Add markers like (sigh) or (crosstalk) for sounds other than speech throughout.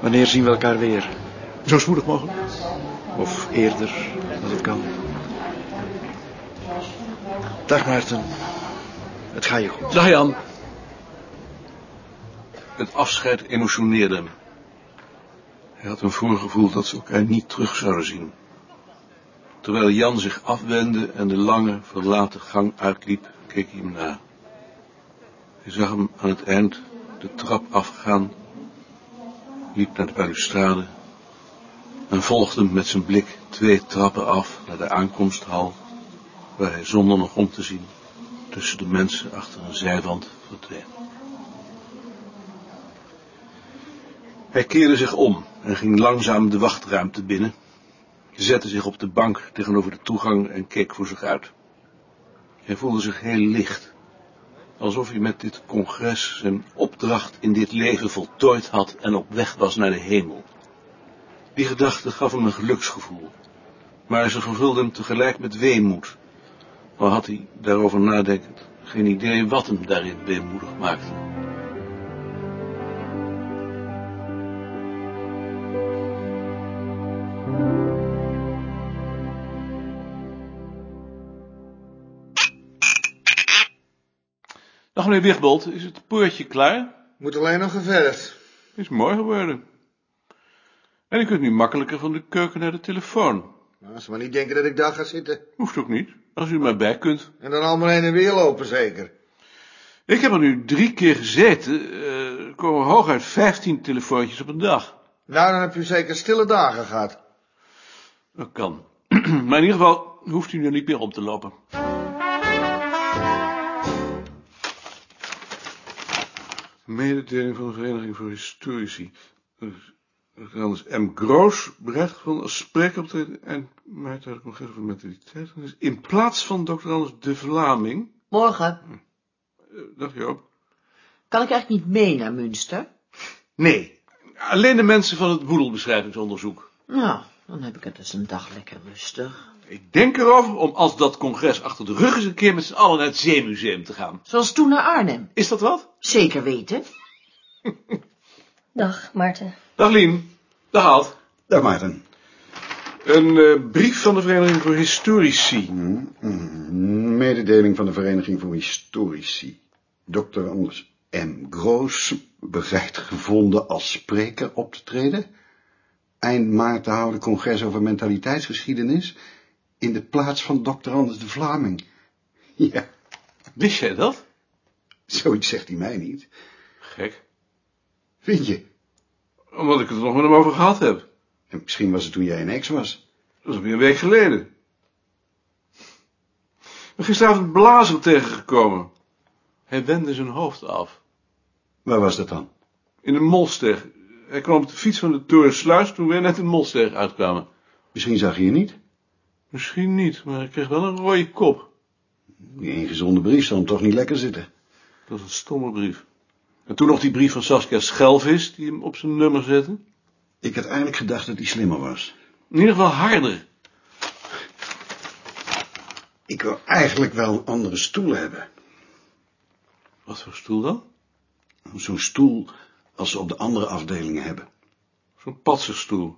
Wanneer zien we elkaar weer? Zo spoedig mogelijk. Of eerder, als het kan. Dag Maarten. Het gaat je goed. Dag Jan. Het afscheid emotioneerde hem. Hij had een voorgevoel dat ze elkaar niet terug zouden zien. Terwijl Jan zich afwendde en de lange, verlaten gang uitliep, keek hij hem na. Hij zag hem aan het eind de trap afgaan, liep naar de balustrade en volgde hem met zijn blik twee trappen af naar de aankomsthal, waar hij zonder nog om te zien tussen de mensen achter een zijwand verdween. Hij keerde zich om en ging langzaam de wachtruimte binnen, zette zich op de bank tegenover de toegang en keek voor zich uit. Hij voelde zich heel licht, alsof hij met dit congres zijn opdracht in dit leven voltooid had en op weg was naar de hemel. Die gedachte gaf hem een geluksgevoel, maar ze vervulde hem tegelijk met weemoed, al had hij daarover nadenkend geen idee wat hem daarin weemoedig maakte. Dag meneer Wigbold, is het poortje klaar? Moet alleen nog geverfd. Is mooi geworden. En u kunt nu makkelijker van de keuken naar de telefoon. Als Nou, ze maar niet denken dat ik daar ga zitten. Hoeft ook niet, als u er maar bij kunt. En dan allemaal heen en weer lopen zeker. Ik heb er nu drie keer gezeten. Eh, Er komen hooguit vijftien telefoontjes op een dag. Nou, dan heb je zeker stille dagen gehad. Dat kan. (clears throat) maar in ieder geval hoeft u er niet meer op te lopen. Mededeling van de Vereniging voor Historici. Randers dus M. Groos bereidt van als spreker op de eind mei tijdens het congres van mentaliteit. dus In plaats van Dr. Anders de Vlaming. Morgen. Eh, Dag Joop. Kan ik eigenlijk niet mee naar Münster? Nee. Alleen de mensen van het boedelbeschrijvingsonderzoek. Nou, dan heb ik het dus een dag lekker rustig. Ik denk erover om als dat congres achter de rug is een keer met z'n allen naar het zeemuseum te gaan. Zoals toen naar Arnhem. Is dat wat? Zeker weten. Dag, Maarten. Dag Lien. Dag Alt. Dag Maarten. Een eh, brief van de Vereniging voor Historici. Mm, Mededeling van de Vereniging voor Historici. Dr. Anders M. Groos bereid gevonden als spreker op te treden. Eind maart te houden congres over mentaliteitsgeschiedenis in de plaats van Dr. Anders de Vlaming. (laughs) Ja, Wist jij dat? zoiets zegt hij mij niet. Gek. Vind je? Omdat ik het er nog met hem over gehad heb. En misschien was het toen jij een ex was. Dat is alweer een week geleden. Ik ben gisteravond Blazer tegengekomen. Hij wendde zijn hoofd af. Waar was dat dan? In de Molsteeg. Hij kwam op de fiets van de Torensluis toen we net in Molsteeg uitkwamen. Misschien zag je je niet. Misschien niet, maar hij kreeg wel een rode kop. Die ingezonde brief zal hem toch niet lekker zitten. Dat was een stomme brief. En toen nog die brief van Saskia Schelvis, die hem op zijn nummer zette. Ik had eigenlijk gedacht dat hij slimmer was. In ieder geval harder. Ik wil eigenlijk wel een andere stoel hebben. Wat voor stoel dan? Zo'n stoel als ze op de andere afdelingen hebben. Zo'n patserstoel.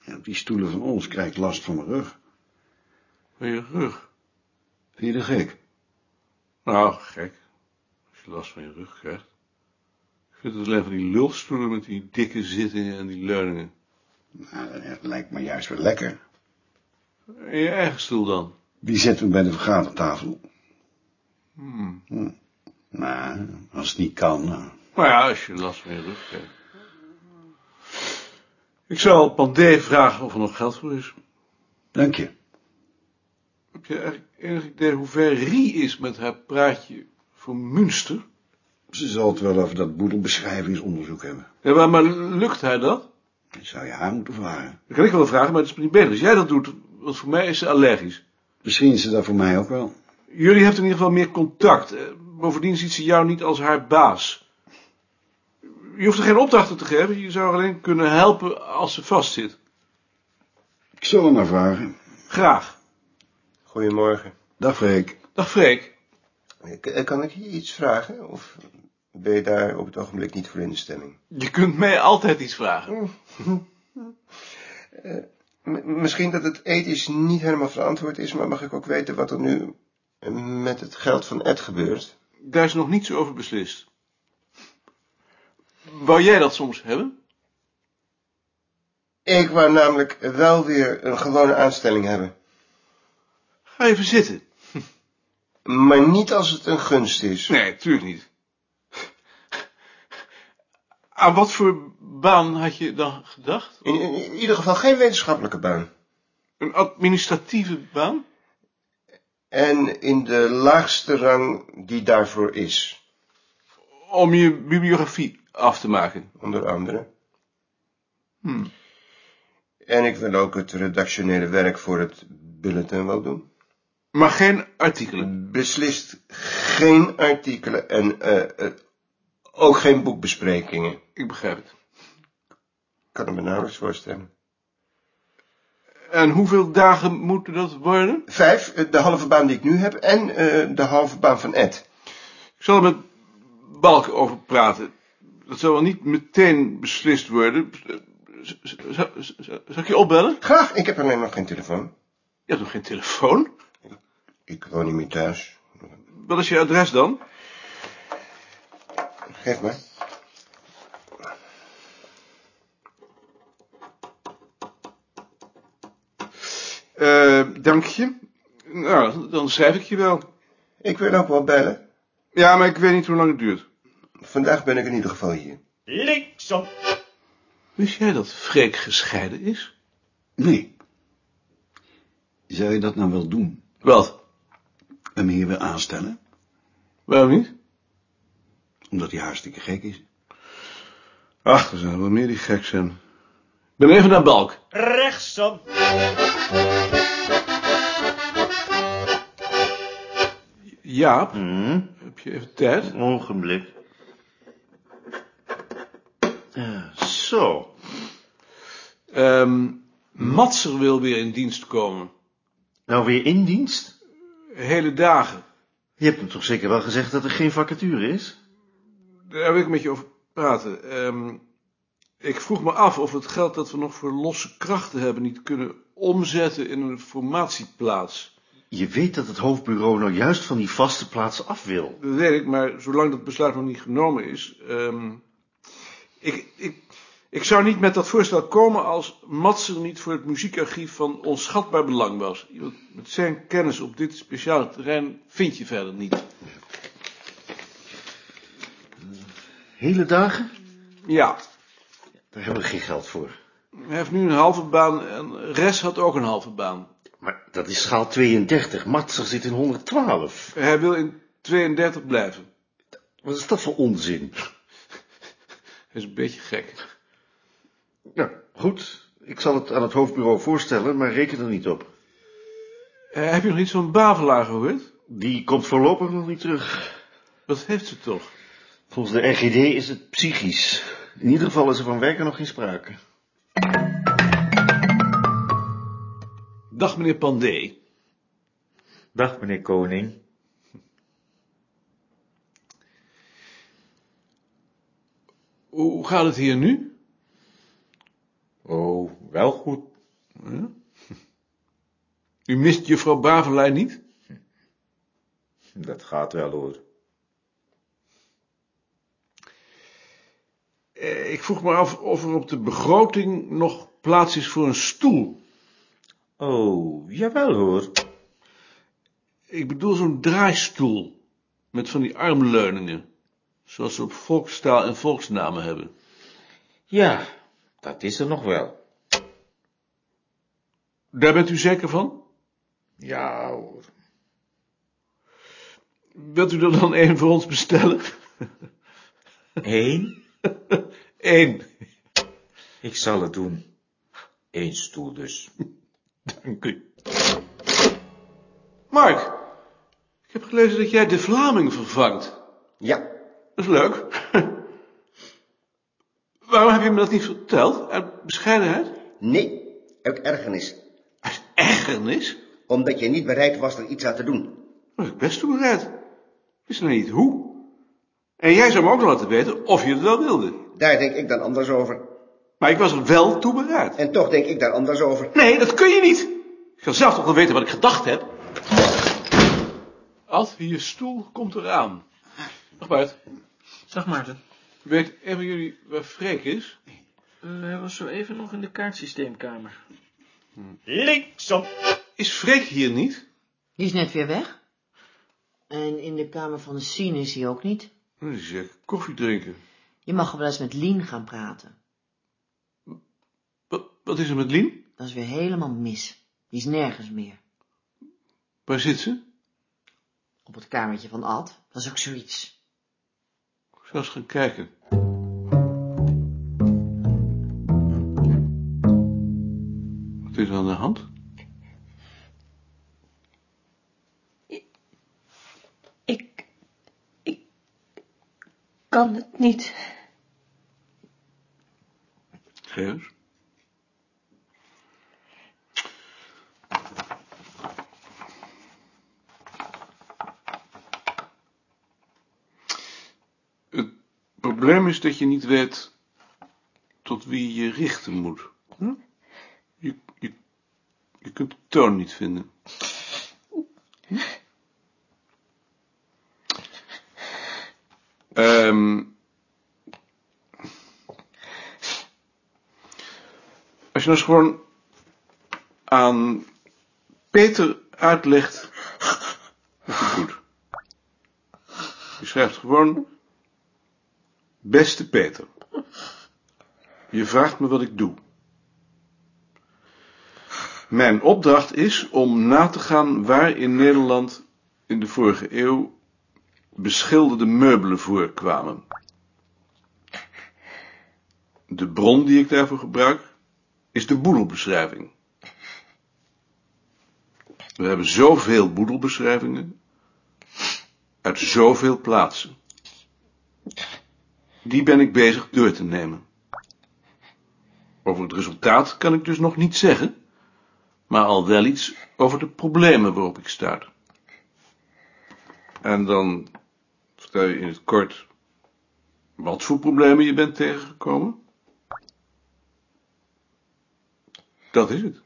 Ja, die stoelen van ons krijgt last van mijn rug. Met je rug. Vind je dat gek? Nou, gek. Als je last van je rug krijgt. Ik vind het alleen van die lulstoelen met die dikke zittingen en die leuningen. Nou, het lijkt me juist wel lekker. En je eigen stoel dan? Die zetten we bij de vergadertafel. Hmm. Hm. Nou, als het niet kan. nou. Nou ja, als je last van je rug krijgt. Ik zal Pandé vragen of er nog geld voor is. Dank je. Heb je eigenlijk enig idee hoe ver Rie is met haar praatje voor Münster? Ze zal het wel over dat boedelbeschrijvingsonderzoek hebben. Ja, maar, maar lukt hij dat? Dat zou je haar moeten vragen. Dat kan ik wel vragen, maar het is me niet beter als jij dat doet. Want voor mij is ze allergisch. Misschien is ze dat voor mij ook wel. Jullie hebben in ieder geval meer contact. Eh, Bovendien ziet ze jou niet als haar baas. Je hoeft er geen opdrachten te geven. Je zou haar alleen kunnen helpen als ze vastzit. Ik zal hem maar vragen. Graag. Goedemorgen. Dag Freek. Dag Freek. eh, Kan ik je iets vragen? Of ben je daar op het ogenblik niet voor in de stemming? Je kunt mij altijd iets vragen. M- misschien dat het ethisch niet helemaal verantwoord is, maar mag ik ook weten wat er nu eh, met het geld van Ed gebeurt? Daar is nog niets over beslist. Wou jij dat soms hebben? Ik wou namelijk wel weer een gewone aanstelling hebben. Ga even zitten. Maar niet als het een gunst is. Nee, tuurlijk niet. Aan wat voor baan had je dan gedacht? In, in- in ieder geval geen wetenschappelijke baan. Een administratieve baan? En in de laagste rang die daarvoor is, Om je bibliografie af te maken. onder andere. Hmm. En ik wil ook het redactionele werk voor het bulletin wel doen. Maar geen artikelen. Beslist geen artikelen en eh, eh, ook geen boekbesprekingen. Ik begrijp het. Ik kan het me nauwelijks voorstellen. En hoeveel dagen moeten dat worden? Vijf, eh, de halve baan die ik nu heb en eh, de halve baan van Ed. Ik zal er met Balk over praten. Dat zal wel niet meteen beslist worden. Z- z- z- z- Zal ik je opbellen? Graag, ik heb alleen nog geen telefoon. Je hebt nog geen telefoon? Ik woon niet meer thuis. Wat is je adres dan? Geef maar. Eh, dank je. Nou, dan schrijf ik je wel. Ik wil ook wel bellen. Ja, maar ik weet niet hoe lang het duurt. Vandaag ben ik in ieder geval hier. Wist jij dat Freek gescheiden is? Nee. Zou je dat nou wel doen? Wat? Hem hier weer aanstellen? Waarom niet? Omdat hij hartstikke gek is. Ach, er zijn er wel meer die gek zijn. Ik ben even naar Balk. Rechtsom. Jaap, Hmm. heb je even tijd? Ogenblik. Ja, Zo. Ehm Matser wil weer in dienst komen. Nou weer in dienst? Hele dagen. Je hebt hem toch zeker wel gezegd dat er geen vacature is? Daar wil ik met je over praten. Ehm, ik vroeg me af of we het geld dat we nog voor losse krachten hebben niet kunnen omzetten in een formatieplaats. Je weet dat het hoofdbureau nou juist van die vaste plaats af wil. Dat weet ik, maar zolang dat besluit nog niet genomen is. ehm, ik, ik, ik zou niet met dat voorstel komen als Matser niet voor het muziekarchief van onschatbaar belang was. Iemand met zijn kennis op dit speciale terrein vind je verder niet. Hele dagen? Ja, Daar hebben we geen geld voor. hij heeft nu een halve baan en Res had ook een halve baan. Maar dat is schaal 32. Matser zit in 112. Hij wil in 32 blijven. Wat is dat voor onzin? Hij is een beetje gek. Ja, Nou, goed. Ik zal het aan het hoofdbureau voorstellen, maar reken er niet op. Eh, heb je nog iets van Bavelaar gehoord? Die komt voorlopig nog niet terug. Wat heeft ze toch? Volgens de RGD is het psychisch. In ieder geval is er van werken nog geen sprake. Dag meneer Pandé. Dag, meneer Koning. Hoe gaat het hier nu? Oh, wel goed. U mist juffrouw Bavelaar niet? Dat gaat wel hoor. Eh, ik vroeg me af of er op de begroting nog plaats is voor een stoel. Oh, jawel hoor. Ik bedoel zo'n draaistoel. Met van die armleuningen. Zoals ze op volkstaal en volksnamen hebben. Ja, dat is er nog wel. (laughs) Daar bent u zeker van? Ja hoor. Wilt u er dan één voor ons bestellen? Eén? Eén. Ik zal het doen. Eén stoel dus. Dank u. Mark, ik heb gelezen dat jij de Vlaming vervangt. Ja, Dat is leuk. (laughs) Waarom heb je me dat niet verteld? Uit bescheidenheid? nee, ook ergernis. Uit ergernis? Omdat je niet bereid was er iets aan te doen. Was ik best toe bereid. Wist nou niet hoe. En jij zou me ook laten weten of je het wel wilde. Daar denk ik dan anders over. Maar ik was er wel toe bereid. En toch denk ik daar anders over. Nee, dat kun je niet. Ik kan zelf toch wel weten wat ik gedacht heb. Ad, je stoel komt eraan. Dag Bart, Dag Maarten. weet een van jullie waar Freek is? Eh, hij was zo even nog in de kaartsysteemkamer. Linksom. Is Freek hier niet? Die is net weer weg. En in de kamer van de Sien is hij ook niet. Nou, Die zegt koffie drinken. Je mag wel eens met Lien gaan praten. Wat, wat is er met Lien? Dat is weer helemaal mis. Die is nergens meer. Waar zit ze? Op het kamertje van Ad. Dat is ook zoiets. Ik zal eens gaan kijken. Wat is er aan de hand? Ik. Ik. kan het niet. Serieus? Het probleem is dat je niet weet tot wie je je richten moet. Hm? Je, je, je kunt de toon niet vinden. Hm? Ehm Als je nou eens gewoon aan Peter uitlegt wat je doet. Je schrijft gewoon, beste Peter, je vraagt me wat ik doe. Mijn opdracht is om na te gaan waar in Nederland in de vorige eeuw beschilderde meubelen voorkwamen. De bron die ik daarvoor gebruik is de boedelbeschrijving. We hebben zoveel boedelbeschrijvingen uit zoveel plaatsen. Die ben ik bezig door te nemen. Over het resultaat kan ik dus nog niet zeggen, maar al wel iets over de problemen waarop ik stuit. En dan vertel je in het kort wat voor problemen je bent tegengekomen. Dat is het.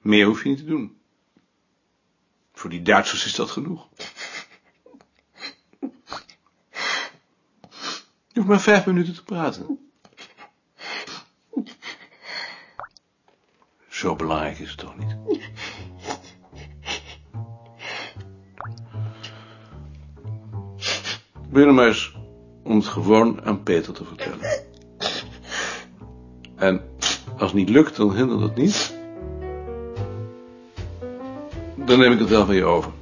Meer hoef je niet te doen. Voor die Duitsers is dat genoeg. Je hoeft maar vijf minuten te praten. Zo belangrijk is het toch niet? Probeer nou maar eens om het gewoon aan Peter te vertellen. En als het niet lukt, dan hindert dat niet. Dan neem ik het wel van je over.